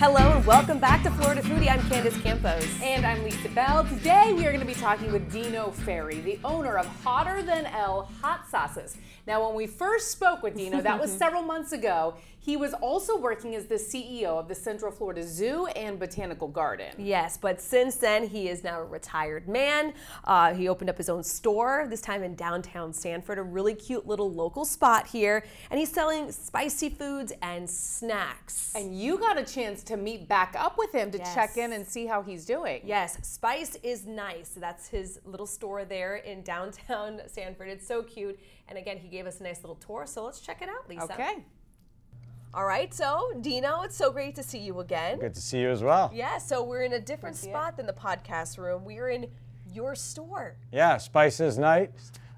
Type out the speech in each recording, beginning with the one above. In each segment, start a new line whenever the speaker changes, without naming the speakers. Hello and welcome back to Florida Foodie. I'm Candace Campos.
And I'm Lisa Bell. Today we are going to be talking with Dino Ferry, the owner of Hotter Than L Hot Sauces. Now, when we first spoke with Dino, that was several months ago, he was also working as the CEO of the Central Florida Zoo and Botanical Garden.
Yes, but since then he is now a retired man. Uh, he opened up his own store, this time in downtown Sanford, a really cute little local spot here, and he's selling spicy foods and snacks.
And you got a chance to meet back up with him to
Yes.
check in and see how he's doing.
Yes, Spice is nice. That's his little store there in downtown Sanford. It's so cute. And again, he gave us a nice little tour, so let's check it out, Lisa.
Okay.
All right, so Dino, it's so great to see you again.
Good to see you as well. Yeah,
Yeah, so we're in a different spot than the podcast room. We're in your store.
Spices Night.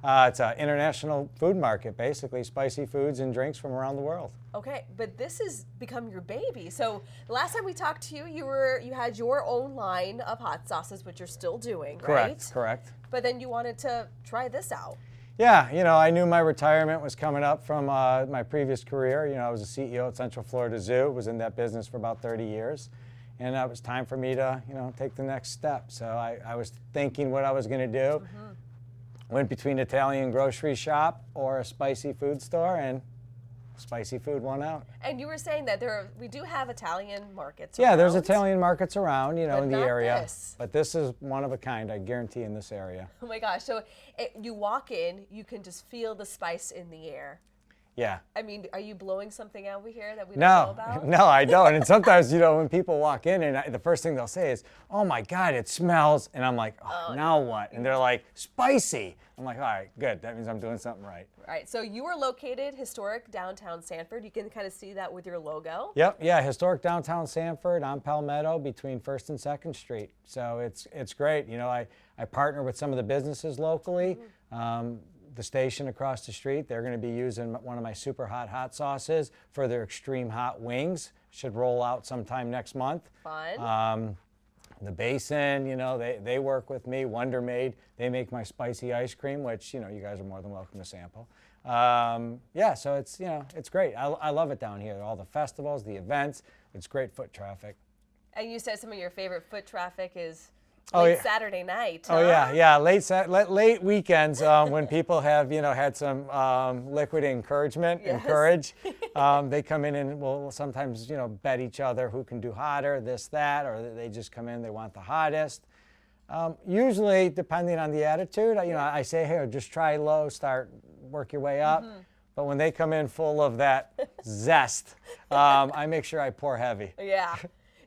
Uh, it's an international food market, basically spicy foods and drinks from around the world.
Okay, but this has become your baby. So last time we talked to you, you were you had your own line of hot sauces, which you're still doing, right?
Correct. Correct.
But then you wanted to try this out.
Yeah, you know, I knew my retirement was coming up from uh, my previous career. You know, I was a CEO at Central Florida Zoo. Was in that business for about 30 years, and uh, it was time for me to, you know, take the next step. So I, I was thinking what I was going to do. Went between Italian grocery shop or a spicy food store, and spicy food won out.
And you were saying that there are, we do have Italian markets.
Yeah, there's
around.
Italian markets around, you know,
But
in the
not
area.
this.
But this is one of a kind, I guarantee, in this area.
Oh my gosh! So it, you walk in, you can just feel the spice in the air.
Yeah.
I mean, are you blowing something over here that we don't know
No,
about?
no, I don't. And sometimes, you know, when people walk in, and I, the first thing they'll say is, "Oh my God, it smells," and I'm like, "Oh, now what?" And they're like, "Spicy." I'm like, "All right, good. That means I'm doing something right."
All right, so you are located historic downtown Sanford. You can kind of see that with your logo.
Yep, yeah, historic downtown Sanford on Palmetto between First and Second Street. So it's it's great. You know, I I partner with some of the businesses locally. Um, the station across the street, they're going to be using m- one of my super hot hot sauces for their extreme hot wings. Should roll out sometime next month.
Fun.
Um, the basin, you know, they, they work with me. Wonder Made, they make my spicy ice cream, which you know you guys are more than welcome to sample. Um, yeah, so it's you know it's great. I, I love it down here. All the festivals, the events. It's great foot traffic.
And you said some of your favorite foot traffic is
Oh,
late
yeah.
Saturday night.
Oh yeah, yeah. Late sat- late, late weekends um, when people have you know had some um, liquid encouragement,
Yes.
encourage. Um, they come in and will sometimes you know bet each other who can do hotter, this that, or they just come in they want the hottest. Um, usually, depending on the attitude, I- you know, I say here just try low, start work your way up. But when they come in full of that zest, um, I make sure I pour heavy.
Yeah.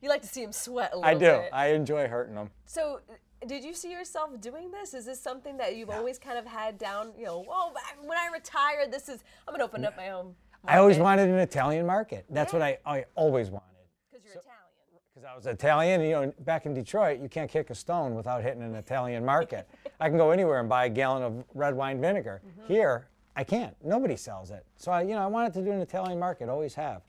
You like to see him sweat a little
I do.
bit.
I enjoy hurting them.
So, did you see yourself doing this? Is this something that you've always kind of had down, you know, oh, back when I retire, this is, I'm going to open up my own.
I always wanted an Italian market. That's what I, I always wanted.
Because you're Italian.
Because I was Italian, you know, back in Detroit, you can't kick a stone without hitting an Italian market. I can go anywhere and buy a gallon of red wine vinegar. Here, I can't. Nobody sells it. So I, you know, I wanted to do an Italian market. Always have.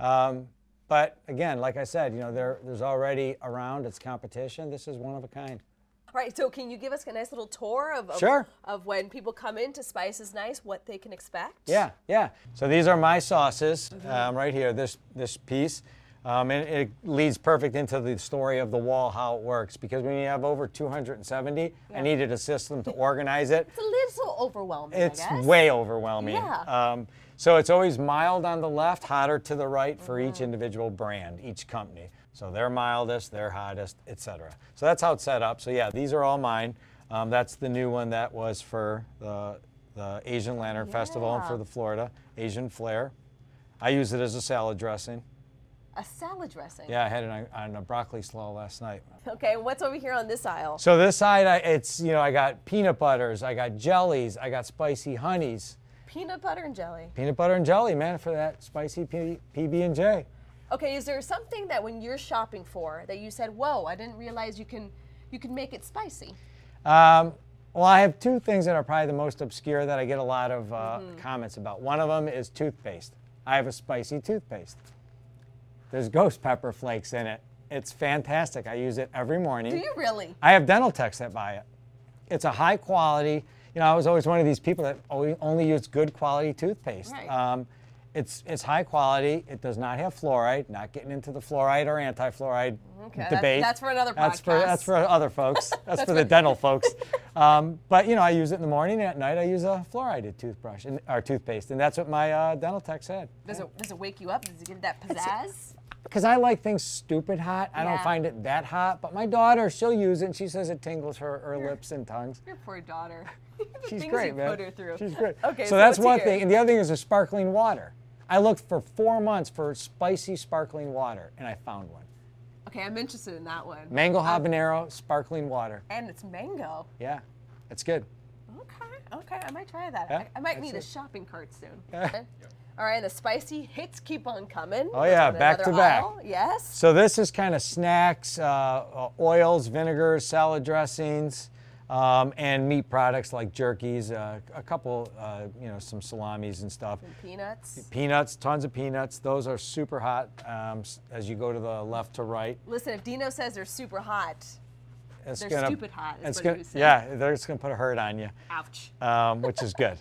Um, but again, like I said, you know, there, there's already around. It's competition. This is one of a kind.
All right, so can you give us a nice little tour of, of,
Sure.
of when people come into Spice is Nice, what they can expect?
Yeah, yeah. So these are my sauces um, right here. This this piece, um, and it leads perfect into the story of the wall, how it works. Because when you have over 270, I needed a system to organize it.
It's a little overwhelming,
It's
I guess.
way overwhelming.
Yeah.
Um, so it's always mild on the left, hotter to the right for
Mm-hmm.
each individual brand, each company. So they're mildest, they're hottest, etc. So that's how it's set up. So yeah, these are all mine. Um, that's the new one that was for the, the Asian Lantern Festival and for the Florida Asian Flair. I use it as a salad dressing.
a salad dressing.
Yeah, I had it on, on a broccoli slaw last night.
Okay, and what's over here on this aisle?
So this side, I, it's you know I got peanut butters, I got jellies, I got spicy honeys.
Peanut butter and jelly.
peanut butter and jelly, man, for that spicy P- PB and J.
Okay, is there something that when you're shopping for that you said, "Whoa, I didn't realize you can you can make it spicy"?
Um, well, I have
Mm-hmm.
two things that are probably the most obscure that I get a lot of uh, comments about. One of them is toothpaste. I have a spicy toothpaste. There's ghost pepper flakes in it. It's fantastic. I use it every morning.
Do you really?
I have dental techs that buy it. It's a high quality. You know, I was always one of these people that only, only used good quality toothpaste.
Right.
Um, it's it's high quality. It does not have fluoride. Not getting into the fluoride or anti-fluoride
Okay, that's-
debate.
that's for another
That's for that's
podcast.
for other folks. That's, for the dental folks. Um, but you know, I use it in the morning. and At night, I use a fluoridated toothbrush and or toothpaste, and that's what my uh, dental tech said.
Does it does it wake you up? Does it give that pizzazz?
Because I like things stupid hot. I
Yeah.
don't find it that hot. But my daughter, she'll use it, and she says it tingles her, her lips and tongues.
Your poor daughter. The
She's
things
great,
you
man.
put her through.
She's great.
Okay,
so,
so
that's
what's
one
here?
thing. And the other thing is the sparkling water. I looked for four months for spicy sparkling water, and I found one.
Okay, I'm interested in that one.
Mango habanero sparkling water.
and it's mango.
Yeah, it's good.
Okay, okay, I might try that.
Yeah,
I, I might need a
that's it.
shopping cart soon. Okay. All right, the spicy hits keep on coming.
Oh, yeah,
On
back
another
to back.
aisle. Yes.
So this is kind of snacks, uh, uh, oils, vinegars, salad dressings, um, and meat products like jerkies, uh, a couple, uh, you know, some salamis and stuff.
Mm. Peanuts.
Peanuts, tons of peanuts. Those are super hot um, s- as you go to the left to right.
Listen, if Dino says they're super hot,
It's
They're
gonna,
stupid hot, is
It's
what
gonna,
you said.
Yeah, they're just gonna put a hurt on you,
ouch.
um, which is good.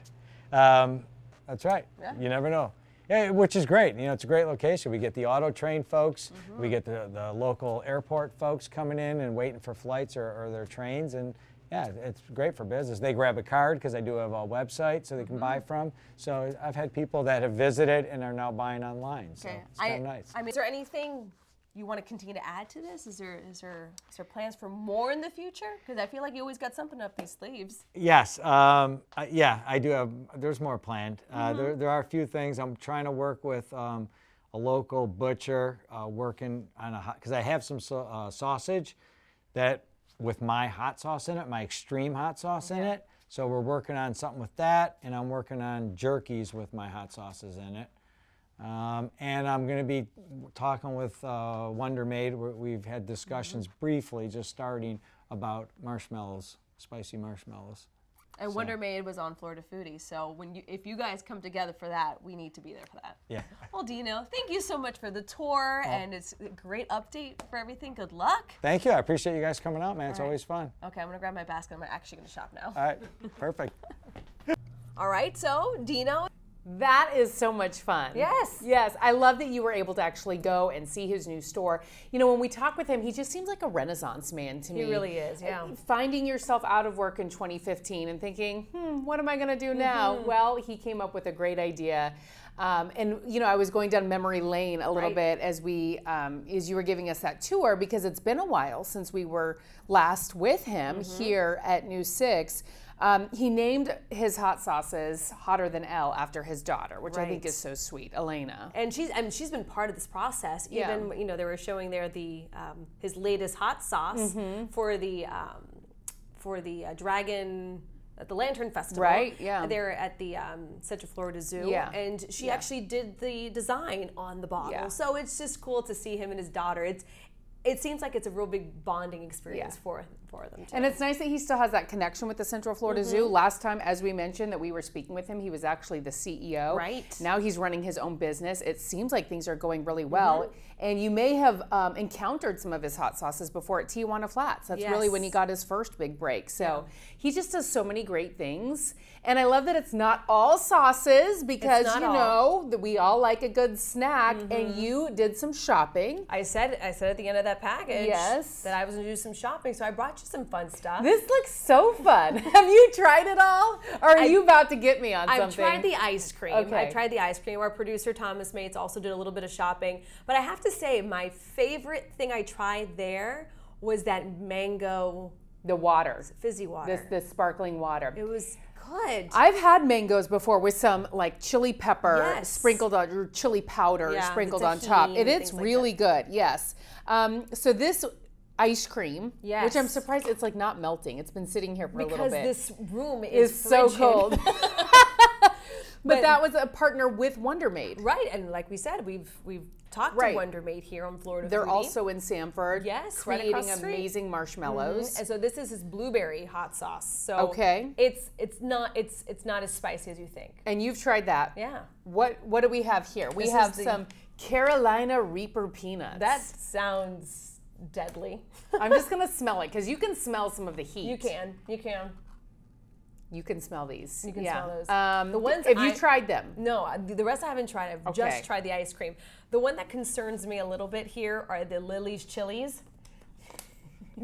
Um, that's right.
Yeah.
You never know. Yeah, which is great. You know, it's a great location. We get the auto train folks,
Mm-hmm.
we get the, the local airport folks coming in and waiting for flights or, or their trains, and yeah, it's great for business. They grab a card because I do have a website, so they
Mm-hmm.
can buy from. So I've had people that have visited and are now buying online. So
Okay.
it's
I,
kind of nice.
I mean, is there anything you want to continue to add to this? Is there is there is there plans for more in the future? Because I feel like you always got something up these sleeves.
Yes. Um, I- yeah, I do have. There's more planned. Uh, there, there are a few things I'm trying to work with um, a local butcher, uh, working on a hot because I have some sa- uh, sausage that with my hot sauce in it, my extreme hot sauce in it. So we're working on something with that, and I'm working on jerkies with my hot sauces in it. Um, and I'm going to be talking with uh, Wonder Maid. we we've had discussions briefly, just starting about marshmallows, spicy marshmallows.
And Wonder Maid was on Florida Foodie, so when you if you guys come together for that, we need to be there for that.
Yeah. Oh.
Well, Dino, thank you so much for the tour, and it's a great update for everything. Good luck.
Thank you. I appreciate you guys coming out, man. It's
All right.
always fun.
Okay, I'm gonna grab my basket. I'm actually gonna shop now.
All right. Perfect.
All right, so Dino,
That is so much fun.
Yes.
Yes. I love that you were able to actually go and see his new store. You know, when we talk with him, he just seems like a renaissance man to me.
really is, yeah.
Uh, Finding yourself out of work in 2015 and thinking, hmm, what am I going to do now?
Mm-hmm.
Well, he came up with a great idea. Um, and you know, I was going down memory lane a little
Right.
bit as we, um, as you were giving us that tour, because it's been a while since we were last with him
Mm-hmm.
here at New Six. Um, he named his hot sauces hotter than L after his daughter, which I think
Right.
is so sweet, Elena.
and she's I mean, she's been part of this process.
Yeah.
Even you know they were showing there the um, his latest hot sauce
Mm-hmm.
for the um, for the uh, dragon. At the Lantern Festival,
Right, yeah.
They're at the um, Central Florida Zoo,
Yeah.
and she
Yeah.
actually did the design on the bottle.
Yeah.
So it's just cool to see him and his daughter. It's, it seems like it's a real big bonding experience
Yeah.
for for them. Too.
And it's nice that he still has that connection with the Central Florida
Mm-hmm.
Zoo. Last time, as we mentioned, that we were speaking with him, he was actually the CEO.
Right.
Now he's running his own business. It seems like things are going really well.
Mm-hmm.
And you may have um, encountered some of his hot sauces before at Tijuana Flats. That's really when he
Yes.
got his first big break. So he just does so many great things. And I love that it's not all sauces because,
not
you
all. Mm-hmm.
know, that we all like a good snack. And you did some shopping.
I said I said at the end of that package
Yes.
that I was gonna do some shopping, so I brought you some fun stuff.
This looks so fun. Have you tried it all? Or are you about to get me on
I've
something?
tried the ice cream. I
Okay.
tried the ice cream. Our producer Thomas Mates also did a little bit of shopping. But I have to say, my favorite thing I tried there was that mango
The water.
fizzy water.
This the sparkling water.
it was good.
I've had mangoes before with some like chili pepper
Yes.
sprinkled on or chili powder
Yeah, the
sprinkled on top.
tahini,
It
things
is
like
really good. Yes. Um, so this ice cream, which I'm
Yes.
surprised it's like not melting. It's been sitting here for a little
because
bit.
this room is
is so
frigid.
cold. But that was a partner with Wonder Maid.
Right, and like we said, we've we've talked
Right.
to Wonder Maid here on Florida.
They're
Foodie.
also in Sanford.
Yes, right
creating
across the street. Mm-hmm.
amazing marshmallows.
and so this is his blueberry hot sauce. So
Okay.
it's it's not it's it's not as spicy as you think.
And you've tried that.
Yeah.
What What do we have here? We
This is
have
the-
some Carolina Reaper peanuts.
That sounds deadly.
I'm just gonna smell it because you can smell some of the heat.
you can you can
You can smell these. You
can smell those.
Um,
The ones
Have you
I-
tried them?
No, I- the rest I haven't tried. I've
Okay.
just tried the ice cream. The one that concerns me a little bit here are the Lily's chilies.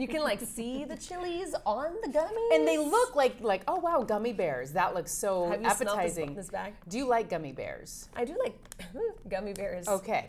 You can like see the chilies on the gummies,
And they look like like oh wow gummy bears. That looks so
Have you smelled this-
appetizing.
this bag?
Do you like gummy bears?
I do like gummy bears.
Okay.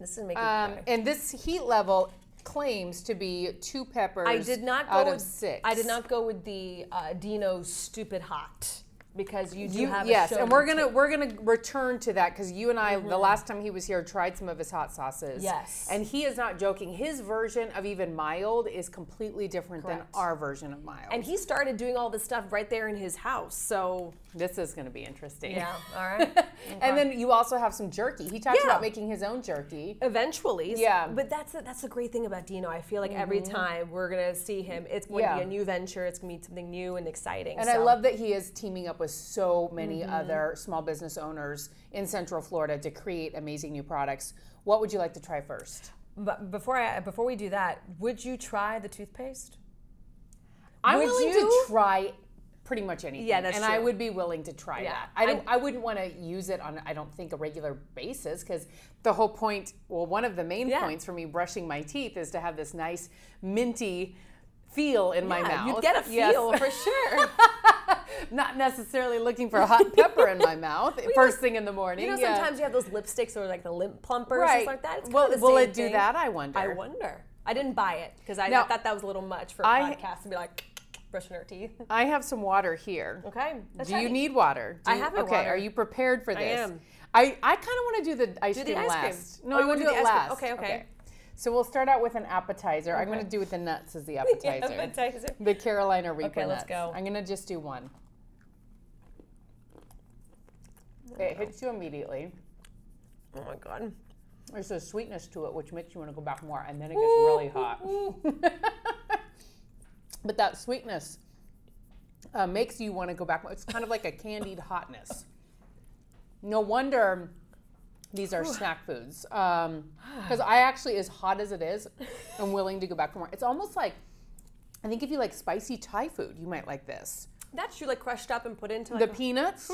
This is making
Um,
me cry.
and this heat level claims to be two peppers.
I did not go
out
with,
of six.
I did not go with the uh, Dino stupid hot because you do
You,
have
yes,
a show
and we're
me
gonna we're gonna return to that because you and I the last time he was here tried some of his hot sauces.
Yes.
and he is not joking. His version of even mild is completely different than
Correct.
our version of mild.
And he started doing all this stuff right there in his house. So
this is gonna be interesting.
yeah, all right.
and then you also have some jerky. He talks
Yeah.
about making his own jerky.
Eventually, s-
Yeah. Mm-hmm.
But that's the, that's the great thing about Dino. I feel like every time we're gonna see him, it's going to
Yeah.
be a new venture. It's gonna be something new and exciting.
And I
so. Mm-hmm.
love that he is teaming up with so many other small business owners in Central Florida to create amazing new products. What would you like to try first?
But before I before we do that, would you try the toothpaste?
I'm
Would
willing
you?
to try pretty much anything.
Yeah, that's
And I
true.
would be willing to try
Yeah.
that. I don't. I, wouldn't want to use it on. I don't think a regular basis because the whole point. Well, one of the main
Yeah.
points for me brushing my teeth is to have this nice minty feel in my
Yeah,
mouth.
you'd get a
Yes.
feel for sure.
Not necessarily looking for a hot pepper in my mouth first thing in the morning.
You know,
yeah.
sometimes you have those lipsticks or like the lip plumpers or
Right.
something like that. It's
Will-
kind of the
will
same
it do
thing.
that? I wonder.
I wonder. I didn't buy it because I,
Now-
thought that was a little much for a
I-
podcast to be like brushing our teeth.
I have some water here.
Okay. let's
Do
try
you
the-
need water? Do
I
you-
have my
Okay,
water.
are you prepared for this?
am.
I, I kind of want to do the ice
Do the
cream
ice cream.
last.
Oh,
No,
you
I
wanna
want to
do
do it
the ice cream.
last.
Okay, okay.
So we'll start out with an appetizer. I'm going to do with the nuts as the appetizer.
appetizer.
The Carolina Reaper
Okay, let's
nuts.
go.
I'm going to just do one. It hits you immediately.
Oh my god.
There's a sweetness to it, which makes you want to go back more, and then it gets really hot. but that sweetness uh, makes you want to go back more. It's kind of like a candied hotness. No wonder these are snack foods. Because I actually, as hot as it is, I'm willing to go back for more. It's almost like, I think if you like spicy Thai food, you might like this.
That's you like crushed up and put into like.
The peanuts,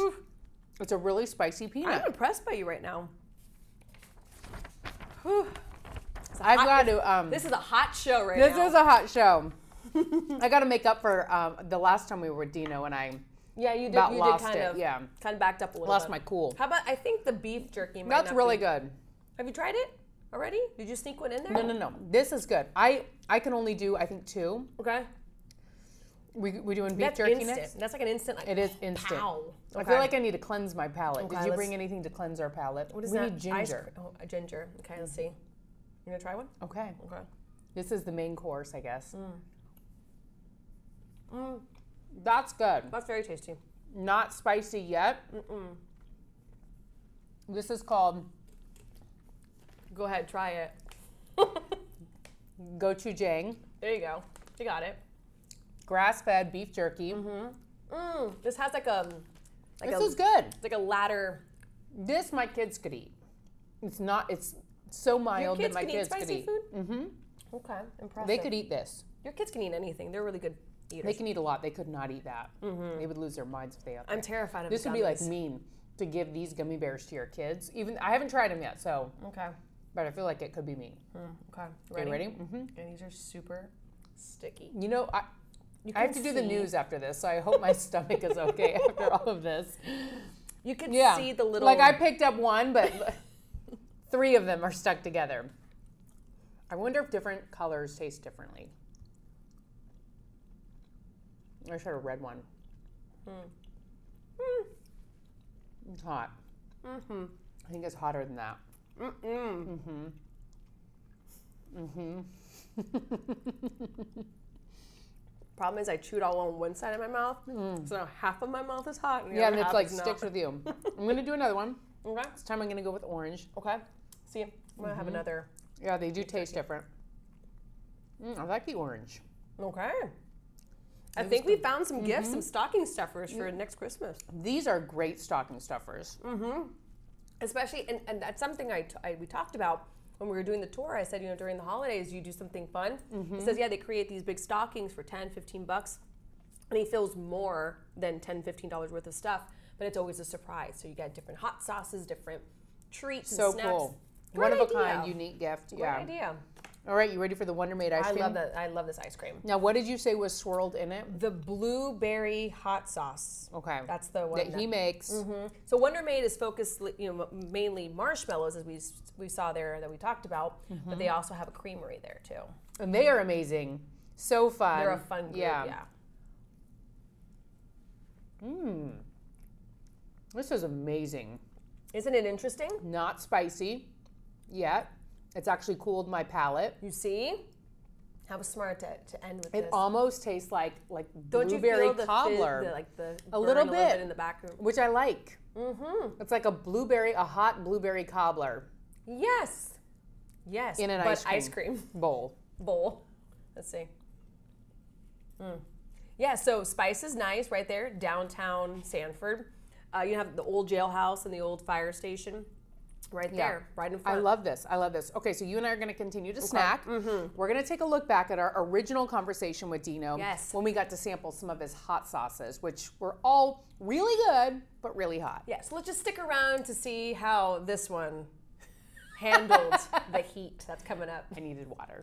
it's a really spicy peanut.
I'm impressed by you right now.
I've
hot-
got to. Um,
This is a hot show right
This
now.
is a hot show. I got to make up for um, the last time we were with Dino and I
yeah, you did.
about
you
lost
did kind
it,
of.
yeah.
Kind of backed up a little.
lost
bit.
my cool.
How about I think the beef jerky. Might
That's
not
really
be-
good.
Have you tried it already? Did you sneak one in there?
No, no, no. This is good. I I can only do I think two.
Okay.
We we doing beef
That's
jerky
instant.
next.
That's like an instant. Like,
It is instant.
Pow.
I
Okay.
feel like I need to cleanse my palate.
Okay,
Did you
let's-
bring anything to cleanse our palate?
What is
we
that?
need
Ice
ginger.
cr- oh, a ginger. Okay, let's see. You gonna try one?
Okay.
Okay.
This is the main course, I guess.
Mm.
Mm. That's good.
That's very tasty.
Not spicy yet. This is called
Go ahead, try it.
gochujang.
There you go. You got it.
grass-fed beef jerky.
Mm-hmm. Mm, this has like a like
This
a
is good.
like a ladder.
This my kids could eat. It's not. It's so mild that my
can
kids
eat
could
spicy
eat.
food. Mm-hmm. Okay, impressive.
They could eat this.
Your kids can eat anything. They're really good eaters.
They can eat a lot. They could not eat that.
Mm-hmm.
They would lose their minds if they ate.
I'm
that.
terrified of
This would be like
gummies.
mean to give these gummy bears to your kids. Even I haven't tried them yet, so
Okay. mm,
but I feel like it could be mean.
Okay.
Are
Ready?
you ready? hmm
And these are super sticky.
You know, I,
You
I have to
can
do the
see-
news after this, so I hope my stomach is okay after all of this.
You can
Yeah.
see the little
Like I picked up one, but three of them are stuck together. I wonder if different colors taste differently. I should have read one.
Hmm.
Hmm.
It's hot. Mm-hmm. I think it's hotter than that. Mm-mm. Mm-hmm. Mm-hmm.
Problem is, I chewed all on one side of my mouth, so now half of my mouth is hot. And the
Yeah,
other
and it's
half
like
is not.
sticks with you. I'm gonna do another one.
Okay.
This time I'm gonna go with orange.
Okay. See, I'm gonna have another.
Yeah, they do taste different. Mm, I like the orange.
Okay. I think we found some gifts, some stocking stuffers for next Christmas.
These are great stocking stuffers.
Mm, especially and, and that's something I, t- I we talked about when we were doing the tour i said you know during the holidays you do something fun
Mm-hmm.
he says yeah they create these big stockings for 10 15 bucks and he fills more than 10 15 dollars worth of stuff but it's always a surprise so you get different hot sauces different treats and
So
snacks.
cool. One
Great
of a
idea.
kind, unique gift.
Great
yeah.
idea
All right, you ready for the Wonder Made ice
i
cream?
love that i love this ice cream
Now, what did you say was swirled in it?
the blueberry hot sauce
Okay.
that's the one Mm-hmm.
That he makes.
So Wonder Maid is focused, li- you know, m- mainly marshmallows, as we s- we saw there that we talked about.
Mm-hmm.
But they also have a creamery there too.
And they are amazing. So fun.
They're a fun group. Yeah.
This is amazing.
Isn't it interesting?
Not spicy yet. It's actually cooled my palate.
You see, how smart to, to end with
It
this.
almost tastes like like
Don't you
blueberry
feel the, fizz-
cobbler,
the, like the
A
burn
little bit.
in the back? of-
which I like. Mm-hmm. It's like a blueberry, a hot blueberry cobbler
Yes, yes.
in an
but
ice cream
ice cream
bowl.
bowl. Let's see. Mm. Yeah. So Spice is nice right there, downtown Sanford. Uh, you have the old jailhouse and the old fire station, right there, right in front.
I love this. I love this. Okay, so you and I are going to continue to snack.
Mm-hmm.
We're going to take a look back at our original conversation with Dino.
Yes.
When we got to sample some of his hot sauces, which were all really good, but really hot.
Yeah, so let's just stick around to see how this one handled the heat that's coming up.
I needed water.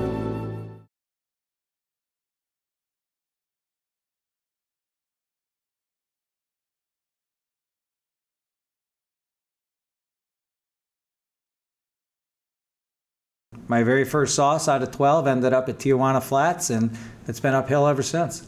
My very first sauce out of 12 ended up at Tijuana Flats, and it's been uphill ever since.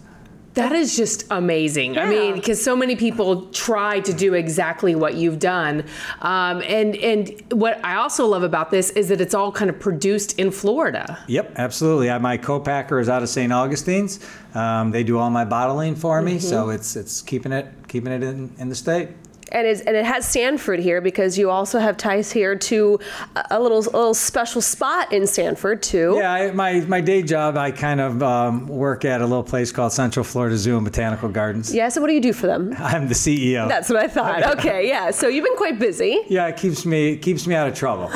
That is just amazing. I mean, because so many people try to do exactly what you've done, um, and and what I also love about this is that it's all kind of produced in Florida.
Yep, absolutely. I, my co-packer is out of St. Augustine's. Um, they do all my bottling for me, so it's it's keeping it keeping it in, in the state.
and it's, and it has Sanford here because you also have ties here to a- a little a little special spot in Sanford too.
Yeah, I, my my day job, I kind of um, work at a little place called Central Florida Zoo and Botanical Gardens.
Yeah, So what do you do for them?
I'm the CEO.
That's what I thought. Okay. Yeah. So you've been quite busy.
yeah, it keeps me it keeps me out of trouble.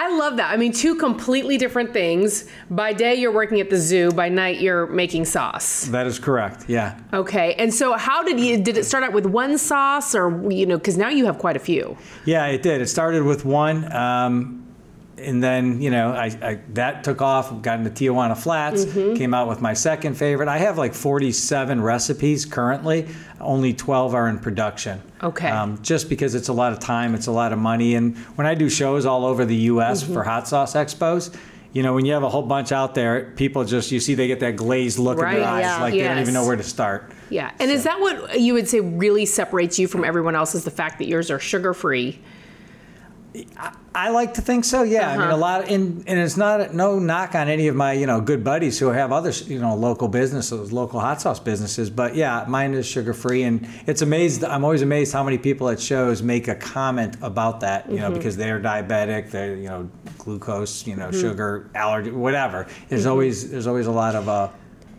I love that. I mean, two completely different things. By day, you're working at the zoo. By night, you're making sauce.
that is correct. Yeah.
Okay. And so, how did you? Did it start out with one sauce, or you know, because now you have quite a few.
Yeah, it did. It started with one, um, and then you know I, I that took off. Got into Tijuana Flats.
Mm-hmm.
Came out with my second favorite. I have like 47 recipes currently. Only 12 are in production. Um,
Okay.
just because it's a lot of time, it's a lot of money, and when I do shows all over the U.S. for
Mm-hmm.
hot sauce expos. You know, when you have a whole bunch out there, people just, you see, they get that glazed look in
Right,
their eyes,
yeah.
like they don't even
Yes.
know where to start.
Yeah. And is that what you would say really separates you from everyone else? Is the fact that yours are sugar free?
I like to think so. Yeah, I mean a lot, of, and and it's not no knock on any of my you know good buddies who have other you know local businesses, local hot sauce businesses. But yeah, mine is sugar free, and it's amazed. I'm always amazed how many people at shows make a comment about that. You know, because they're diabetic, they're you know glucose, you know sugar allergy, whatever. There's always there's always a lot of uh,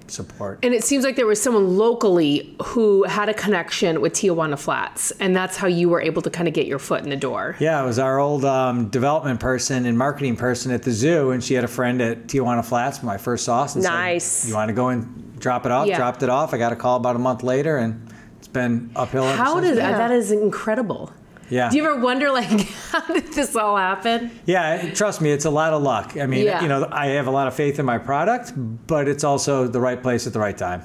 support.
And it seems like there was someone locally who had a connection with Tijuana Flats, and that's how you were able to kind of get your foot in the door.
Yeah, it was our old um, development person and marketing person at the zoo, and she had a friend at Tijuana Flats, my first sauce. And said,
Nice.
you want to go and drop it off?
Yeah.
Dropped it off. I got a call about a month later, and it's been uphill. ever
How
since
did
then.
that is incredible.
Yeah.
Do you ever wonder like how did this all happen?
yeah, trust me, it's a lot of luck. I mean,
Yeah.
you know, I have a lot of faith in my product, but it's also the right place at the right time.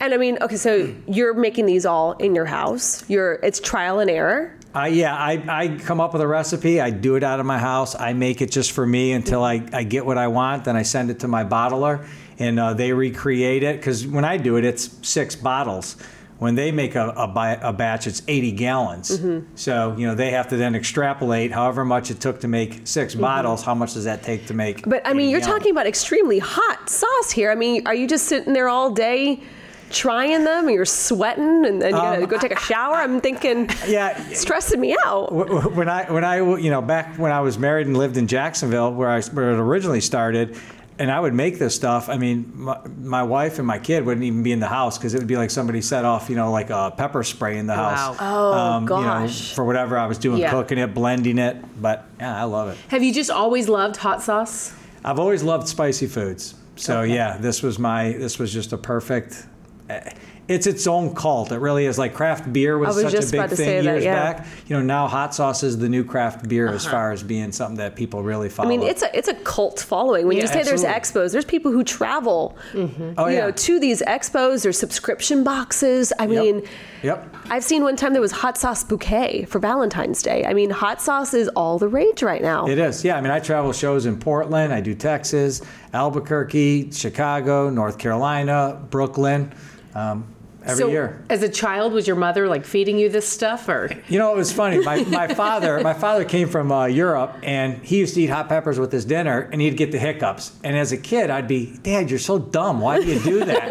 And I mean, okay, so you're making these all in your house. You're it's trial and error.
I yeah, I, I come up with a recipe. I do it out of my house. I make it just for me until I, I get what I want. Then I send it to my bottler and uh, they recreate it. Because when I do it, it's six bottles. When they make a, a, bi- a batch, it's 80 gallons.
Mm-hmm.
So, you know, they have to then extrapolate however much it took to make 6 bottles, how much does that take to make.
Mm-hmm. But I mean,
80
you're
gallons?
talking about extremely hot sauce here. I mean, are you just sitting there all day trying them and you're sweating and then you gotta go take a shower? I'm thinking,
Um, Yeah,
stressing me out.
Wh- wh- when I when I you know back when I was married and lived in Jacksonville, where I where it originally started, and I would make this stuff. I mean, my, my wife and my kid wouldn't even be in the house because it would be like somebody set off you know like a pepper spray in the house.
Oh,
you know,
gosh.
for whatever I was doing,
Yeah.
cooking it, blending it. But yeah, I love it.
Have you just always loved hot sauce?
I've always loved spicy foods. So yeah, this was my this was just a perfect. eh, It's its own cult. It really is like craft beer was,
was
such
just
a big
about to
thing
say that,
years
yeah. Uh-huh.
back. You know, now hot sauce is the new craft beer as far as being something that people really follow.
I mean, it's a it's a cult following. When you
Yeah,
say there's
absolutely.
expos, there's people who travel,
oh
you
yeah.
know, to these expos. There's subscription boxes. I
Yep.
mean,
yep.
I've seen one time there was hot sauce bouquet for Valentine's Day. I mean, hot sauce is all the rage right now.
It is. Yeah. I mean, I travel shows in Portland. I do Texas, Albuquerque, Chicago, North Carolina, Brooklyn, um, every
so,
year.
as a child, was your mother like feeding you this stuff, or
You know, it was funny. My, my father, my father came from uh, Europe, and he used to eat hot peppers with his dinner, and he'd get the hiccups. And as a kid, I'd be, Dad, you're so dumb. Why do you do that?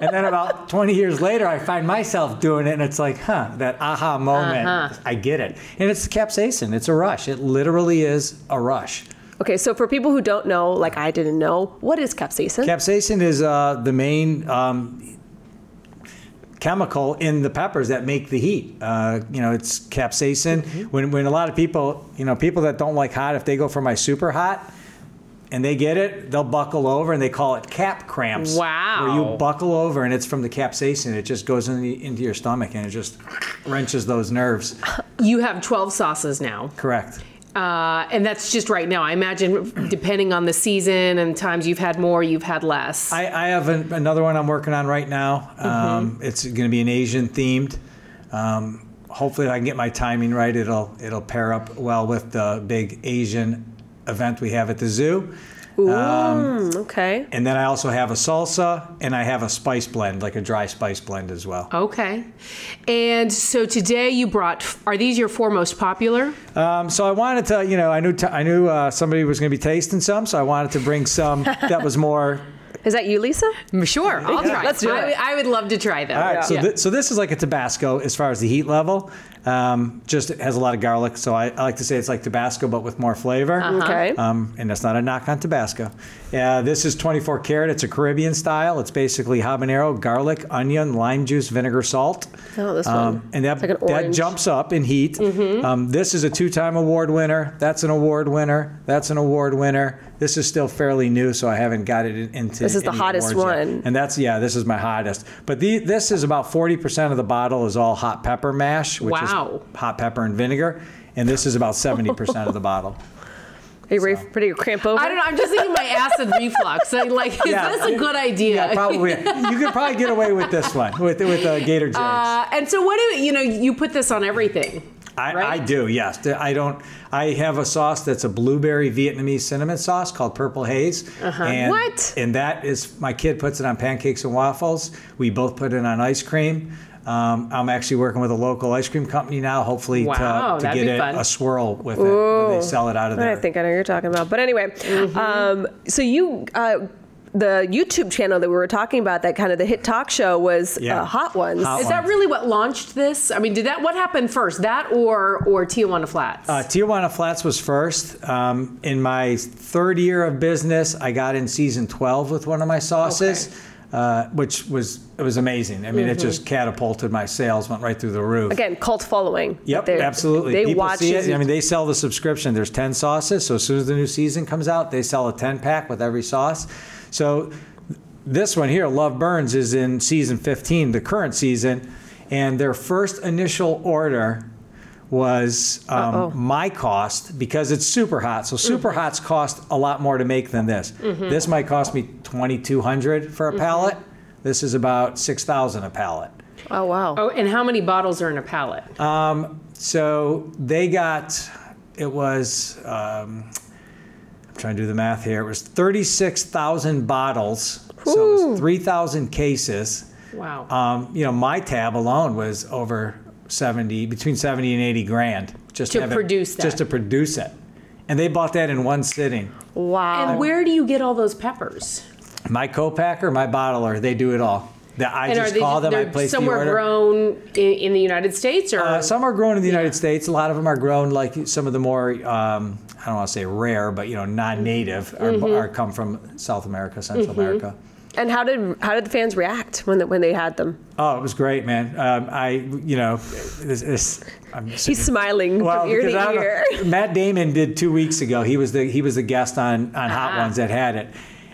and then about 20 years later, I find myself doing it, and it's like, huh, that aha moment. I get it. And it's capsaicin. It's a rush. It literally is a rush.
Okay, so for people who don't know, like I didn't know, what is capsaicin?
Capsaicin is uh, the main um, chemical in the peppers that make the heat. Uh, you know, it's capsaicin. When, when a lot of people, you know, people that don't like hot, if they go for my super hot and they get it, they'll buckle over and they call it cap cramps. Where
Wow.
you buckle over and it's from the capsaicin. It just goes in the, into your stomach and it just wrenches those nerves.
you have twelve sauces now?
Correct.
Uh, and that's just right now. I imagine depending on the season and times you've had more, you've had less.
I, I have an, another one I'm working on right now. Um, It's going to be an Asian themed. Um, hopefully, if I can get my timing right, it'll it'll pair up well with the big Asian event we have at the zoo.
Okay.
And then I also have a salsa and I have a spice blend, like a dry spice blend as well.
Oh. okay. And so today you brought, are these your four most popular?
Um, so I wanted to, you know, I knew t- I knew uh, somebody was going to be tasting some, so I wanted to bring some that was more
Is that you, Lisa?
Sure, I'll try.
Let's do
I,
it.
I would love to try them.
All right, so,
Yeah.
thi- so this is like a Tabasco as far as the heat level. Um, just it has a lot of garlic, so I, I like to say it's like Tabasco but with more flavor.
Okay.
Um, and that's not a knock on Tabasco. Uh, this is 24 karat. It's a Caribbean style. It's basically habanero, garlic, onion, lime juice, vinegar, salt. Um,
Oh, this one.
and that,
It's like an
that
orange. Mm-hmm.
jumps up in heat. Um, this is a two time award winner. That's an award winner. That's an award winner. This is still fairly new, so I haven't got it in- into
This is the
any
hottest
awards yet.
one.
And that's yeah, this is my hottest. But the, this is about forty percent of the bottle is all hot pepper mash, which
Wow.
is hot pepper and vinegar, and this is about seventy percent of the bottle.
Are you ready for pretty cramp over?
I don't know. I'm just thinking my acid reflux. I, like, is
Yeah.
this a good idea?
Yeah, probably. you could probably get away with this one with with uh, Gator Jigs.
Uh, and so what do you, you know? You put this on everything.
I, I
right?
do, yes. I don't. I have a sauce that's a blueberry Vietnamese cinnamon sauce called Purple Haze.
Uh-huh.
And,
What?
And that is my kid puts it on pancakes and waffles. We both put it on ice cream. Um, I'm actually working with a local ice cream company now, hopefully
Wow,
to, to
that'd
get
be
it
fun.
a swirl with it. when They sell it out of there.
I think I know what you're talking about. But anyway,
Mm-hmm.
um, so you, uh, the YouTube channel that we were talking about, that kind of the hit talk show was
Yeah.
uh, Hot Ones.
Hot
Is that really what launched this? I mean, did that? What happened first? That or or Tijuana Flats?
Uh, Tijuana Flats was first. Um, in my third year of business, I got in season 12 with one of my sauces, uh, which was it was amazing. I mean, it just catapulted my sales, went right through the roof.
Again, cult following.
Yep,
They're-
absolutely.
They
People
watch
see it.
these-
I mean, they sell the subscription. There's 10 sauces. So as soon as the new season comes out, they sell a 10 pack with every sauce. So this one here, Love Burns, is in season 15, the current season. And their first initial order was um, my cost because it's super hot. So super
Mm-hmm.
hots cost a lot more to make than this. This
Mm-hmm.
might cost me 2200 for a pallet. This is about 6000 a pallet.
Oh wow.
Oh, and how many bottles are in a pallet?
Uh, So they got, it was, um, I'm trying to do the math here, it was 36,000 bottles. So it was 3,000 cases.
wow.
Um, you know, my tab alone was over 70, between 70 and 80 grand just
To
have it-
produce that.
Just to produce it. And they bought that in one sitting.
Wow.
and where do you get all those peppers?
My co-packer, my bottler, they do it all. That I
And
just
are they
call them, I
they're
place the
somewhere
order.
grown in, in the United States, or
Uh, some are grown in the United States. A lot of them are grown like some of the more um, I don't want to say rare, but you know,
Mm-hmm.
non-native are, are come from South America, Central America.
And how did how did the fans react when the, when they had them?
Oh, it was great, man. Um, I you know, this, this, I'm
He's smiling
Well,
from ear
because
to
I don't know.
ear.
Matt Damon did two weeks ago. He was the he was the guest on on Hot Ones that had it.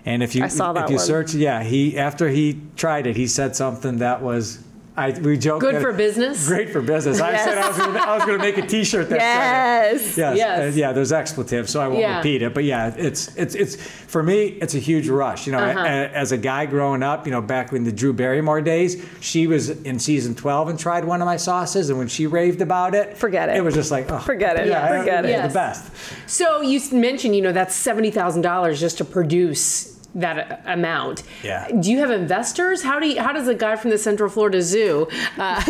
And if you
Uh-huh. I saw
if
that
you
one.
search, yeah, he after he tried it, he said something that was I we joked
good
that-
for business?
Great for business. I said I was gonna, I was going to make a T-shirt that said it.
Yes.
Yes.
Yes.
uh, yeah, there's expletives, so I won't
Yeah.
repeat it. But yeah, it's it's it's for me, it's a huge rush. You know,
Uh-huh.
a- a- as a guy growing up, you know, back in the Drew Barrymore days, she was in season 12 and tried one of my sauces, and when she raved about it,
Forget it.
It was just like, oh,
Forget it.
Yeah,
Forget
it.
it.
Yes.
was The best.
So you s- mentioned, you know, that's seventy thousand dollars just to produce that a- amount.
Yeah.
Do you have investors? How do you, how does a guy from the Central Florida Zoo? Uh,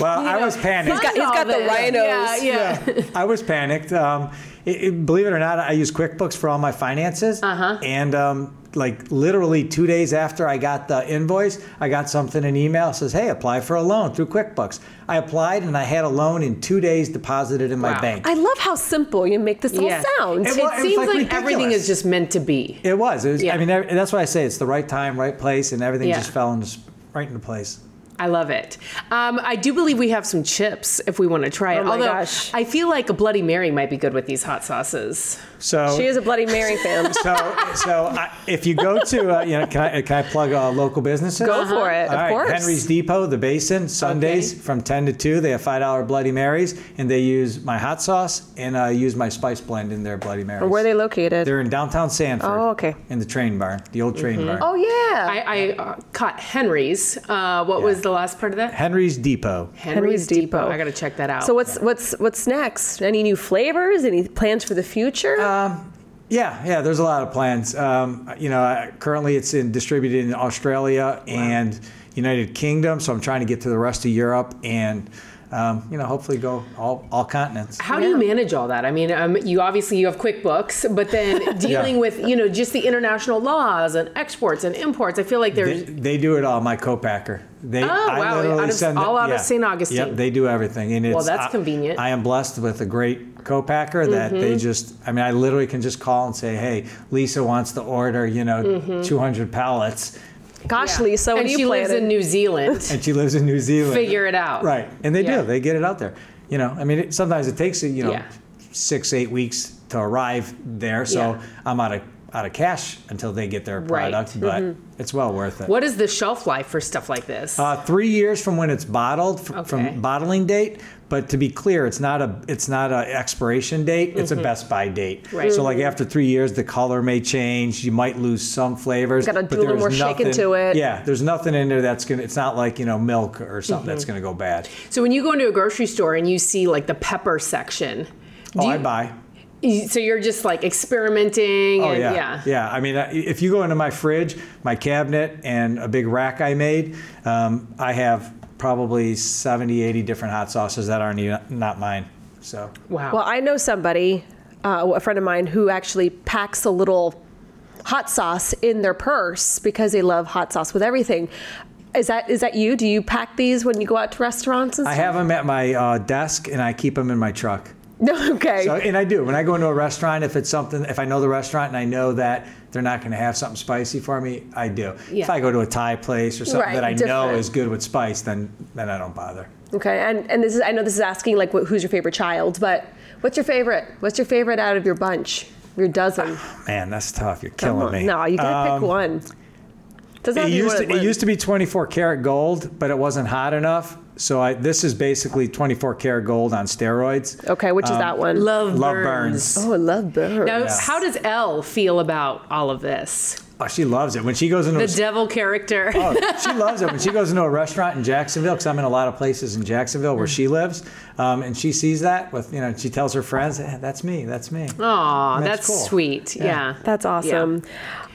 Well, I
know,
was panicked.
He's got, he's got the
Solve it.
rhinos.
Yeah, yeah.
I was panicked. Um, it- it- believe it or not, I use QuickBooks for all my finances. Uh-huh. And um, like literally two days after I got the invoice, I got something in email that says, "Hey, apply for a loan through QuickBooks." I applied and I had a loan in two days deposited in my
Wow.
bank.
I love how simple you make this
Yeah.
all sound.
It
it
wa- was,
seems
like,
like, everything
ridiculous.
is just meant to be.
it was. It was
Yeah.
I mean, ev- that's why I say it's the right time, right place, and everything
Yeah.
just fell into, s- right into place.
I love it. Um, I do believe we have some chips if we want to try it.
Oh my
Although
gosh.
I feel like a Bloody Mary might be good with these hot sauces.
So
she is a Bloody Mary fan.
so so I, if you go to uh, you know can I can I plug uh, local businesses?
Go for it,
All
of
right,
course.
Henry's Depot, the Basin, Sundays
Okay.
from ten to two. They have five dollar Bloody Marys, and they use my hot sauce and uh, use my spice blend in their Bloody Marys.
Where are they located?
They're in downtown Sanford.
Oh, okay.
In the train barn, the old train barn.
oh yeah.
I, I uh, caught Henry's. Uh, what was the last part of that?
Henry's Depot.
Henry's, Depot.
Depot.
I got to check that out.
so what's what's what's next? Any new flavors? Any plans for the future?
Uh,
Yeah, yeah. There's a lot of plans. Um, you know, I- currently it's in distributed in Australia and United Kingdom, so I'm trying to get to the rest of Europe and um, you know hopefully go all, all continents.
How do you manage all that? I mean, um, you obviously you have QuickBooks, but then dealing with you know just the international laws and exports and imports. I feel like
They,
there's
they do it all. My co-packer. They, oh
wow, out of- all out of St. Augustine.
Yep, they do everything. And it's,
that's
I-
convenient. Mm-hmm.
I am blessed with a great co-packer that they just. I mean, I literally can just call and say, "Hey, Lisa wants to order, you know,
Mm-hmm.
200 pallets,"
Gosh, Lisa, what
and
do
she
you
lives in
planning?
New Zealand.
and she lives in New Zealand.
Figure it out.
Right, and they
Yeah.
do. They get it out there. You know, I mean, it, sometimes it takes you know
Yeah.
six, eight weeks to arrive there. So
Yeah.
I'm out of out of cash until they get their
Right. mm-hmm.
product, but it's well worth it.
What is the shelf life for stuff like this?
Uh, three years from when it's bottled, f-
Okay.
from bottling date. But to be clear, it's not a it's not a expiration date. It's a best by date.
Mm-hmm. Right. Mm-hmm.
So like after three years, the color may change. You might lose some flavors.
Gotta
but
do a little
there's
more shaking
nothing-
to it.
Yeah, there's nothing in there that's gonna. It's not like you know milk or
Mm-hmm.
something that's gonna go bad.
so when you go into a grocery store and you see like the pepper section,
Oh,
do
I
you-
buy.
you- so you're just like experimenting.
Oh
and,
yeah. yeah, I mean, I- if you go into my fridge, my cabinet, and a big rack I made, um, I have probably 70, 80 different hot sauces that aren't even, not mine. So
Wow.
Well, I know somebody, uh, a friend of mine, who actually packs a little hot sauce in their purse because they love hot sauce with everything. Is that is that you? Do you pack these when you go out to restaurants and
I
stuff?
have them at my uh, desk and I keep them in my truck.
No, okay.
So, and I do. When I go into a restaurant, if it's something, if I know the restaurant and I know that they're not going to have something spicy for me, I do. If
Yeah.
I go to a Thai place or something
Right,
that I know
different.
is good with spice, then then I don't bother.
Okay, and and this is I know this is asking like what, who's your favorite child, but what's your favorite? What's your favorite out of your bunch? Your dozen?
Man, that's tough. You're
Come
killing
on.
me.
No, you gotta
Um,
pick one. Doesn't
It
have to be
used,
one
to,
at once.
it used to be 24 karat gold, but it wasn't hot enough. So I, this is basically 24 karat gold on steroids.
Okay, which is
Um,
that one?
love,
Love
burns.
burns.
oh, I love birds.
Now, how does Elle feel about all of this?
Oh, she loves it. When she goes into
The
a
devil character.
Oh, she loves it when she goes into a restaurant in Jacksonville because I'm in a lot of places in Jacksonville where she lives, um, and she sees that with you know she tells her friends, "Eh, "That's me, that's me."
Aw,
And
that's,
cool.
sweet. Yeah.
That's awesome.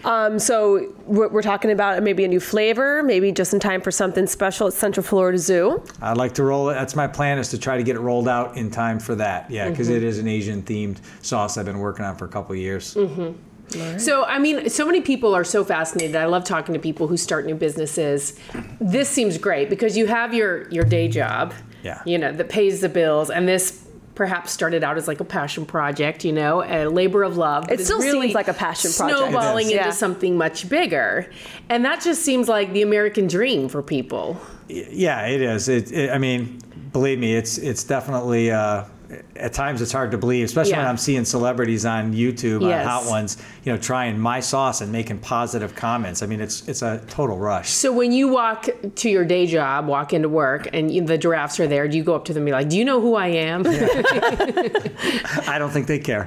Um, so we're, we're talking about maybe a new flavor, maybe just in time for something special at Central Florida Zoo.
I'd like to roll it. That's my plan is to try to get it rolled out in time for that. Yeah, because is an Asian themed sauce I've been working on for a couple of years.
So, I mean, so many people are so fascinated. I love talking to people who start new businesses. This seems great because you have your your day job,
Yeah.
you know, that pays the bills, and this perhaps started out as like a passion project, you know, a labor of love. but
It
it's
still seems like a passion project. It
snowballing
is.
into
Yeah.
something much bigger, and that just seems like the American dream for people.
Yeah, it is. It, it, I mean, believe me, it's it's definitely. Uh, at times it's hard to believe, especially when
Yeah.
I'm seeing celebrities on YouTube
Yes.
on Hot Ones, you know, trying my sauce and making positive comments. I mean, it's it's a total rush.
So when you walk to your day job, walk into work, and you, the giraffes are there, do you go up to them and be like, "Do you know who I am?"
I don't think they care.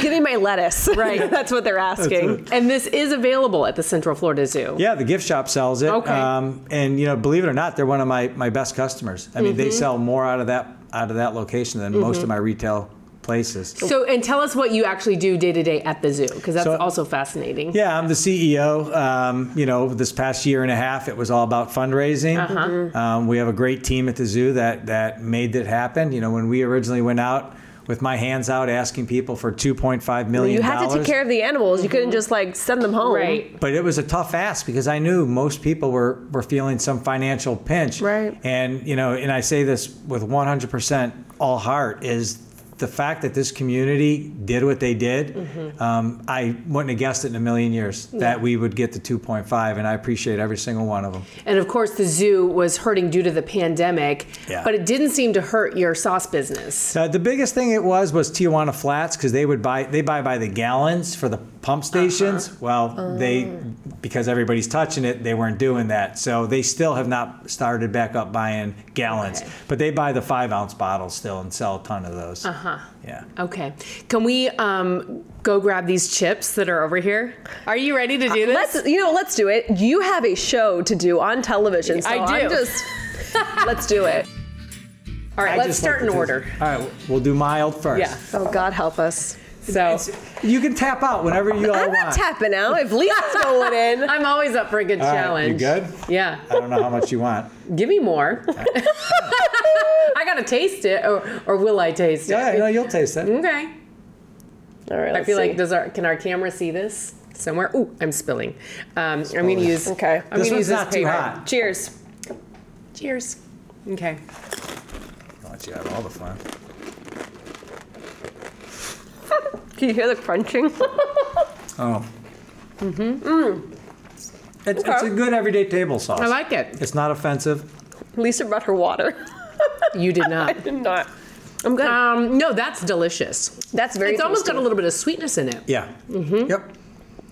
Give me my lettuce. Right. That's what they're asking.
and this is available at the Central Florida Zoo.
Yeah, the gift shop sells it.
Okay.
Um, and you know, believe it or not, they're one of my, my best customers. I mean,
Mm-hmm.
they sell more out of that out of that location than most of my retail places.
So, and tell us what you actually do day to day at the zoo, because that's
So-
also fascinating.
Yeah, I'm the CEO. Um, you know, this past year and a half, it was all about fundraising.
Mm-hmm.
Um, we have a great team at the zoo that that made it happen. You know, when we originally went out with my hands out asking people for 2.5 million
You had to take care of the animals. You couldn't just like send them home.
Right.
but it was a tough ask because I knew most people were were feeling some financial pinch.
Right.
And you know, and I say this with 100% all heart is the fact that this community did what they did. Um, I wouldn't have guessed it in a million years that we would get the 2.5, and I appreciate every single one of them.
And of course, the zoo was hurting due to the pandemic,
Yeah.
but it didn't seem to hurt your sauce business.
Uh, the biggest thing it was was Tijuana Flats because they would buy they buy by the gallons for the pump
Uh-huh.
stations. Well, they
Oh.
because everybody's touching it, they weren't doing that, so they still have not started back up buying gallons. But they buy the five ounce bottles still and sell a ton of those. Uh huh. Yeah.
Uh-huh. Okay. Can we um, go grab these chips that are over here? Are you ready to do this?
Let's you know, let's do it. You have a show to do on television. So
I
I'm
do.
just let's do it.
All right,
I
let's
just like
start
the
in
taste.
order.
All right, we'll do mild first.
Yeah.
Oh God help us.
So
You can tap out whenever you all
I'm
want.
not tapping out. If Lisa's going in.
I'm always up for a good
All right,
challenge.
you good?
Yeah.
I don't know how much you want.
Give me more. I gotta taste it, or, or will I taste
Yeah,
it?
no, you'll taste it.
Okay.
All right.
I feel like does our can our camera see this somewhere? Ooh, I'm spilling. Um, I'm gonna use.
Okay.
I'm
This
gonna use
one's
this
not too
paper.
hot.
Cheers.
Cheers. Okay.
I'll let you have all the fun.
Can you hear the crunching?
Oh. Mm-hmm. It's, it's a good everyday table sauce.
I like it.
It's not offensive.
Lisa brought her water.
You did
I
not.
did not. I'm good.
Um, no, that's delicious.
That's very.
it's almost got a
tasty.
little bit of sweetness in it.
Yeah. Mm-hmm. Yep.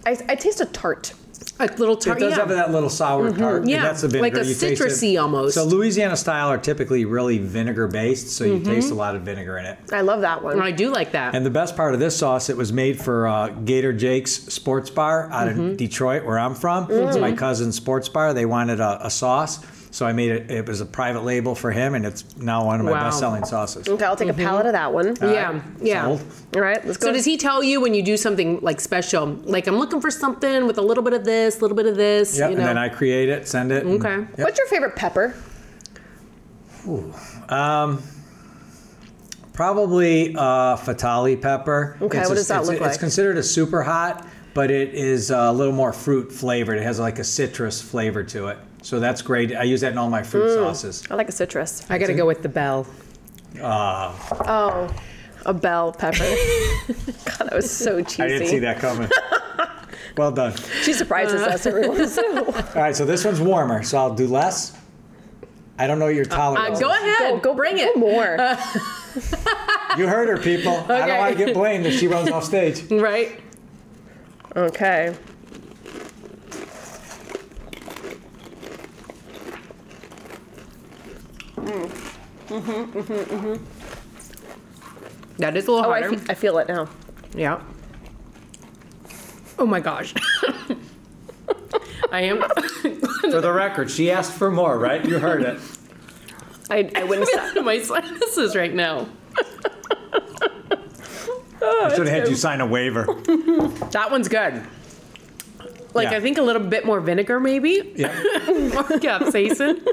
I, I taste a tart.
A little
It
tart.
does
yeah. Mm-hmm.
have that little sour tart. and
Yeah,
That's the vinegar.
like a
You taste it.
citrusy almost.
So Louisiana style are typically really vinegar based, so
Mm-hmm.
you taste a lot of vinegar in it.
I love that one.
I do like that.
And the best part of this sauce, it was made for uh, Gator Jake's Sports Bar out
Mm-hmm.
of Detroit, where I'm from. It's my cousin's sports bar. They wanted a, a sauce, so I made it. It was a private label for him, and it's now one of my
Wow.
best-selling sauces.
Okay, I'll take a palette of that one.
yeah. Yeah.
Sold.
All right, let's go.
So does he tell you when you do something like special, like I'm looking for something with a little bit of this, a little bit of this,
Yep,
you know?
and then I create it, send it. and-
Okay.
Yep.
What's your favorite pepper?
Probably uh, fatali pepper.
Okay,
It's
what
a-
does that
it's a-
look like?
It's considered a super hot, but it is uh, a little more fruit flavored. It has like a citrus flavor to it. So that's great. I use that in all my fruit sauces.
I like a citrus.
I gotta go with the bell.
Oh, a bell pepper. God, that was so cheesy.
I didn't see that coming. well done.
She surprises us every once in a while.
All right, so this one's warmer, so I'll do less. I don't know your tolerance.
Uh, go
is.
ahead.
Go, go bring it. More.
You heard her, people. I
Okay.
don't want to get blamed if she runs off stage.
Right.
okay.
That is a little
Oh, I
harder.
fe- I feel it now.
yeah. Oh my gosh.
I am.
For the record, she asked for more, right? You heard it.
I, I wouldn't stop.
my sinuses right now.
I should have had you sign a waiver.
That one's good. Like
Yeah.
I think a little bit more vinegar maybe.
Yeah.
More capsaicin.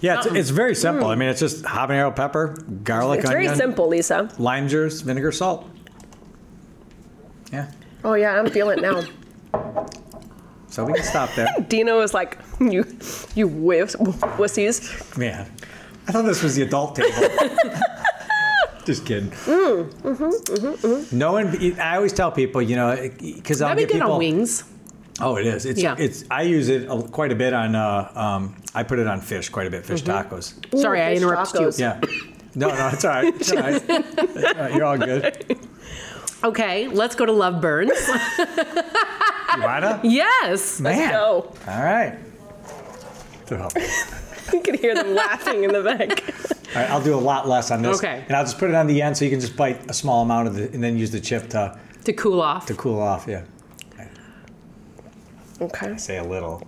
Yeah, it's, it's very simple. I mean, it's just habanero pepper, garlic,
Uh-uh. Mm. It's
onion,
very simple, Lisa.
lime juice, vinegar, salt. Yeah.
Oh yeah, I'm feeling it now.
So we can stop there.
Dino is like, you, you whiffs, wussies.
Man, I thought this was the adult table. Just kidding.
Mm, mm-hmm,
No one. I always tell people, you know, because I'll
That'd be
get
good
people.
on wings.
Oh, it is. It's.
Yeah.
It's. I use it a- quite a bit on. Uh, um, I put it on fish quite a bit. Fish
Mm-hmm.
tacos.
Sorry, I
fish
interrupted you.
tacos.
Yeah. No, no, it's all right. It's all right. It's all right. You're all good.
Okay, let's go to Love Burns.
You wanna?
yes.
Man.
go.
All right. So, All right,
You can hear them laughing in the back.
I'll do a lot less on this.
Okay.
And I'll just put it on the end so you can just bite a small amount of it and then use the chip to,
To cool off.
to cool off. Yeah.
Okay.
Say a little.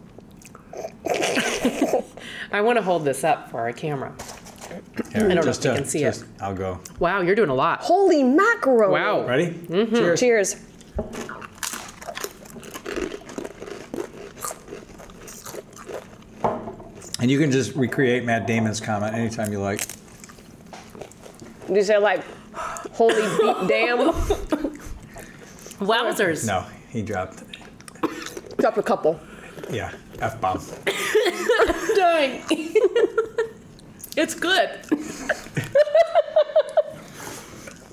I want to hold this up for our camera.
Here,
I don't know
just
if you
to-
can see
just,
it.
I'll go.
Wow, you're doing a lot.
Holy mackerel.
Wow.
Ready?
Mm-hmm.
Cheers.
Cheers.
And you can just recreate Matt Damon's comment anytime you like.
You say like, holy beat damn.
Wowzers.
No, he dropped.
Drop a couple.
Yeah, f bomb.
Dang. it's good.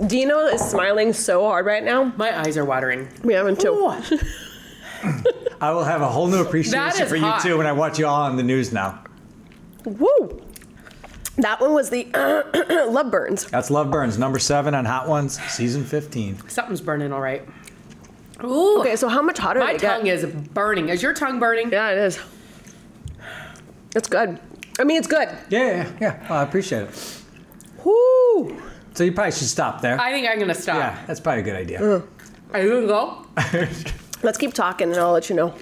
Dino is smiling so hard right now.
My eyes are watering.
We haven't too.
Ooh.
I will have a whole new
That
appreciation
is
for you
hot.
too when I watch you all on the news now.
Woo. That one was the love burns.
That's Love Burns, number seven on Hot Ones, season 15.
Something's burning all right. Ooh.
Okay, so how much hotter
My
did it
tongue
get?
is burning. Is your tongue burning?
Yeah, it is. It's good. I mean, it's good.
Yeah, yeah, yeah. Well, I appreciate it.
Woo.
So you probably should stop there.
I think I'm gonna stop.
yeah, that's probably a good idea.
Uh,
Are you gonna go?
Let's keep talking, and I'll let you know.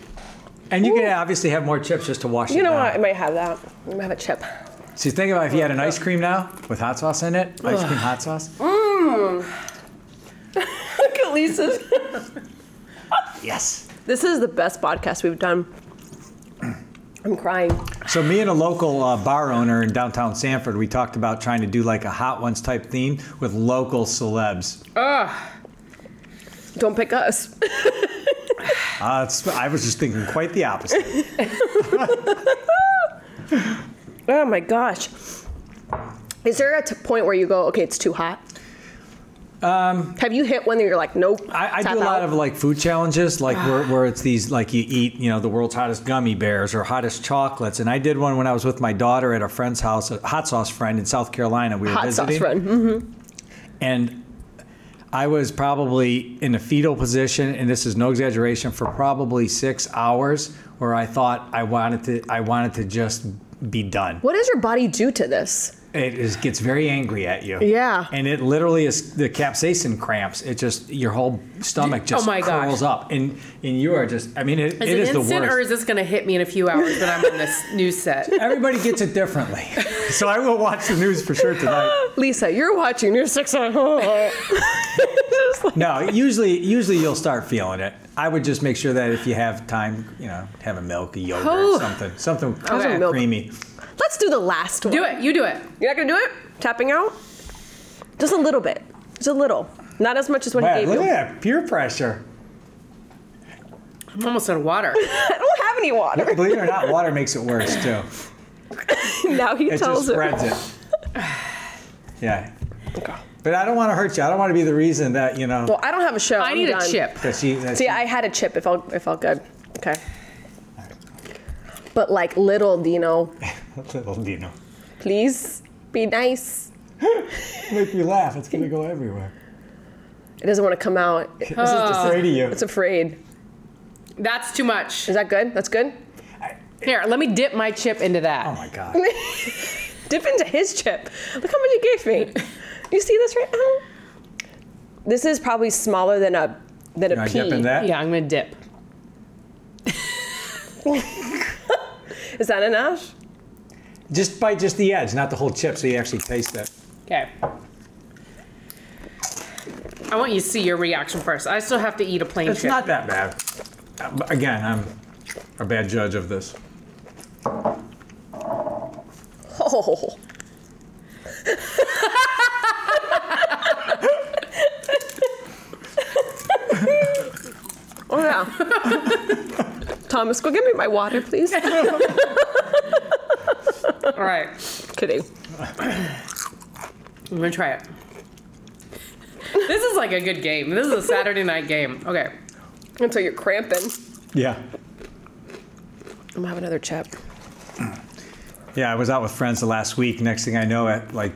And you can obviously have more chips just to wash
You
it
know
down.
what? I might have that. I might have a chip.
See, think about if you had an ice cream now with hot sauce in it, ice cream hot sauce.
Look at Lisa's.
Yes.
this is the best podcast we've done. I'm crying.
So me and a local uh, bar owner in downtown Sanford, we talked about trying to do like a hot ones type theme with local celebs.
Don't pick us.
Uh, it's, I was just thinking quite the opposite.
Oh my gosh. Is there a t- point where you go, okay, it's too hot? Um, have you hit one that you're like, nope?
I, I
tap
do a lot
out?
of like food challenges, like where, where it's these like you eat, you know, the world's hottest gummy bears or hottest chocolates. And I did one when I was with my daughter at a friend's house, a hot sauce friend in South Carolina. We were
hot
visiting.
sauce run. Mhm.
and I was probably in a fetal position, and this is no exaggeration, for probably six hours, where I thought I wanted to, I wanted to just be done.
What does your body do to this?
It is, gets very angry at you.
Yeah.
And it literally is the capsaicin cramps. It just your whole stomach
Oh
just
my gosh.
curls up, and and you are just. I mean, it,
Is
it
it,
is the
instant
worst.
or is this gonna hit me in a few hours when I'm on this new set?
Everybody gets it differently, so I will watch the news for sure tonight.
Lisa, you're watching. You're six. Just like-
No, usually usually you'll start feeling it. I would just make sure that if you have time, you know, have a milk, a yogurt,
Oh.
something, something
Have some
milk.
creamy.
Let's do the last one.
Do it. You do it.
You're not gonna do it? Tapping out? Just a little bit. Just a little. Not as much as what he
Man,
gave
look
you.
at that peer pressure.
I'm almost out of water.
I don't have any water.
Believe it or not, water makes it worse too.
now he
It
tells
just
her.
spreads it. Yeah. But I don't want to hurt you. I don't want to be the reason that you know
Well, Oh, I don't have a show.
I
I'm
need a
done.
chip.
that she. That
See,
she-
I had a chip. It felt it felt good. Okay. But like little Dino,
little Dino.
please be nice.
Make me laugh. It's gonna go everywhere.
It doesn't want to come out.
It's just afraid of you.
It's afraid.
That's too much.
Is that good? That's good.
Here, let me dip my chip into
Oh
that.
my god.
Dip into his chip. Look how much you gave me. You see this right now? This is probably smaller than a than
Can
a
I
pea.
dip in that?
Yeah, I'm gonna dip.
Is that enough?
Just bite just the edge, not the whole chip, so you actually taste it.
Okay. I want you to see your reaction first. I still have to eat a plain
It's
chip.
not that bad. Uh, but Again, I'm a bad judge of this.
Oh. oh yeah. Thomas, go get me my water, please.
All right.
Kidding.
I'm gonna try it. This is like a good game. This is a Saturday night game. Okay.
And so you're cramping.
Yeah.
I'm gonna have another chip.
Yeah, I was out with friends the last week. Next thing I know, at like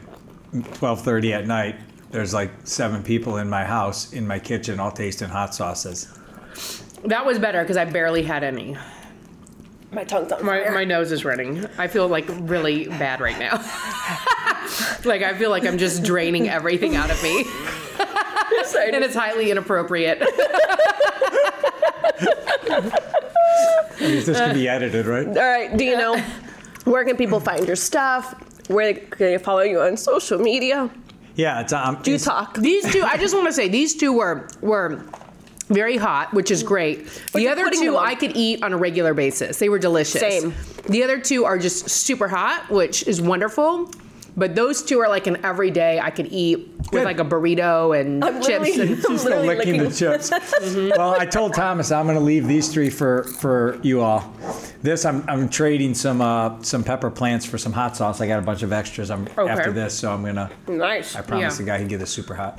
12:30 at night, there's like seven people in my house in my kitchen, all tasting hot sauces.
That was better because I barely had any.
My tongue's on
My,
fire.
my nose is running. I feel like really bad right now. like I feel like I'm just draining everything out of me, and it's highly inappropriate.
I mean, this could be edited, right?
All right, Dino. Where can people find your stuff? Where can they follow you on social media?
Yeah, it's um,
Do
it's-
talk.
These two, I just want to say, these two were were very hot, which is great. the
you're
other
putting them
two
on-
I could eat on a regular basis; they were delicious.
Same.
The other two are just super hot, which is wonderful. But those two are like an everyday I could eat with
Good.
like a burrito and chips.
literally-
And,
I'm
She's still
literally
licking the chips. Mm-hmm. Well, I told Thomas I'm going to leave these three for for you all. This I'm I'm trading some uh, some pepper plants for some hot sauce. I got a bunch of extras. I'm
Okay.
after this, so I'm gonna.
Nice.
I um, promise
Yeah.
the guy can get this super hot.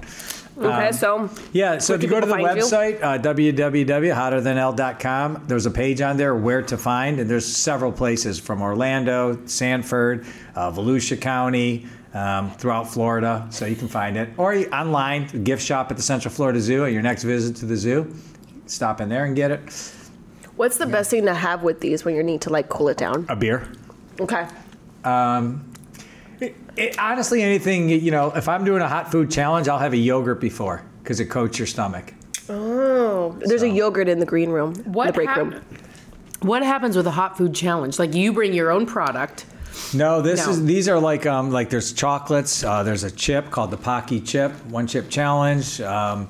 Okay, so
Yeah, so if you
can
go to the
people find you?
website, uh, www.hotterthanl.com, there's a page on there, where to find, and there's several places from Orlando, Sanford, uh, Volusia County, um, throughout Florida, so you can find it. Or you- online, the gift shop at the Central Florida Zoo at your next visit to the zoo. Stop in there and get it.
what's the best thing to have with these when you need to like cool it down?
A beer.
Okay.
It, honestly, anything, you know, if I'm doing a hot food challenge, I'll have a yogurt before because it coats your stomach.
Oh, there's a yogurt in the green room, the break
hap-
room.
What happens with a hot food challenge? Like you bring your own product.
No, this
No.
is these are like um like there's chocolates. Uh, there's a chip called the Pocky Chip One Chip Challenge. Um,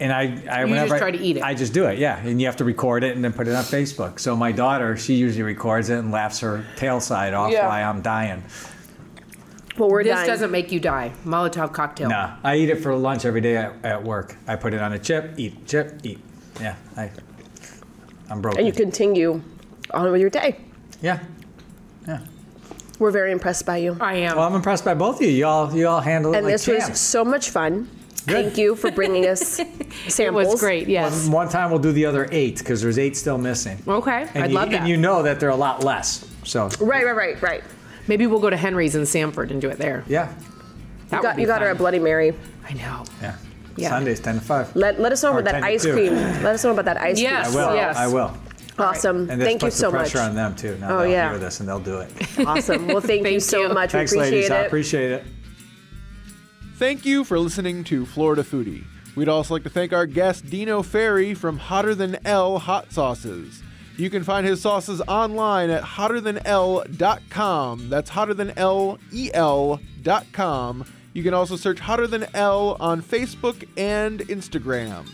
and I, I
You
whenever
just
I-
try to eat it.
I just do it, yeah. And you have to record it and then put it on Facebook. So my daughter, she usually records it and laughs her tail side off
Yeah.
while I'm dying.
Well, we're
This
dying.
doesn't make you die. Molotov cocktail.
Nah, I eat it for lunch every day at, at work. I put it on a chip, eat chip, eat. Yeah, I, I'm broken.
and you continue on with your day.
yeah.
We're very impressed by you.
I am.
Well, I'm impressed by both of you. You all you all handle it
And
like
this
champs.
was so much fun.
Good.
Thank you for bringing us samples.
it was great. Yes.
One time we'll do the other eight because there's eight still missing.
Okay,
And
I'd
you,
love that.
And you know that they're a lot less. So
Right, right, right, right.
Maybe we'll go to Henry's in Sanford and do it there.
yeah,
That
You
would
got,
be
you got her a
fun.
Bloody Mary.
I know.
yeah.
Yeah.
Sundays ten to five.
Let, let us know
Or
about that
10 to
ice
2.
cream. Let us know about that ice
Yes.
I
cream.
will.
Yes.
I will.
Awesome.
And this
Thank you
puts
so
the
much.
pressure on them too. Now
Oh,
they'll
yeah.
hear this and they'll do it.
Awesome. Well, thank, you
Thank
so
you.
much.
Thanks,
we appreciate
ladies.
it.
I appreciate it.
Thank you for listening to Florida Foodie. We'd also like to thank our guest Dino Ferry from Hotter Than L Hot Sauces. You can find his sauces online at hotterthanl.com. That's hotter than L E L dot com. You can also search Hotter Than L on Facebook and Instagram.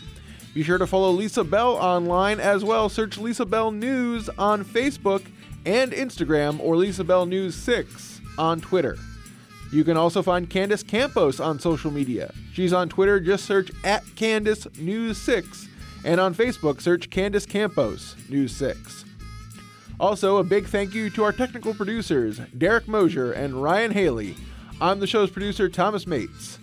Be sure to follow Lisa Bell online as well. Search Lisa Bell News on Facebook and Instagram or Lisa Bell News 6 on Twitter. You can also find Candace Campos on social media. She's on Twitter, just search at Candace News 6, and on Facebook, search Candace Campos News 6. Also, a big thank you to our technical producers, Derek Mosier and Ryan Haley. I'm the show's producer, Thomas Mates.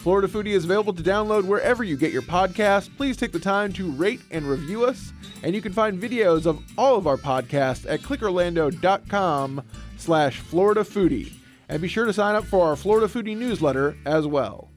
Florida Foodie is available to download wherever you get your podcast. Please take the time to rate and review us, and you can find videos of all of our podcasts at clickorlando.com slash Florida Foodie. And be sure to sign up for our Florida Foodie newsletter as well.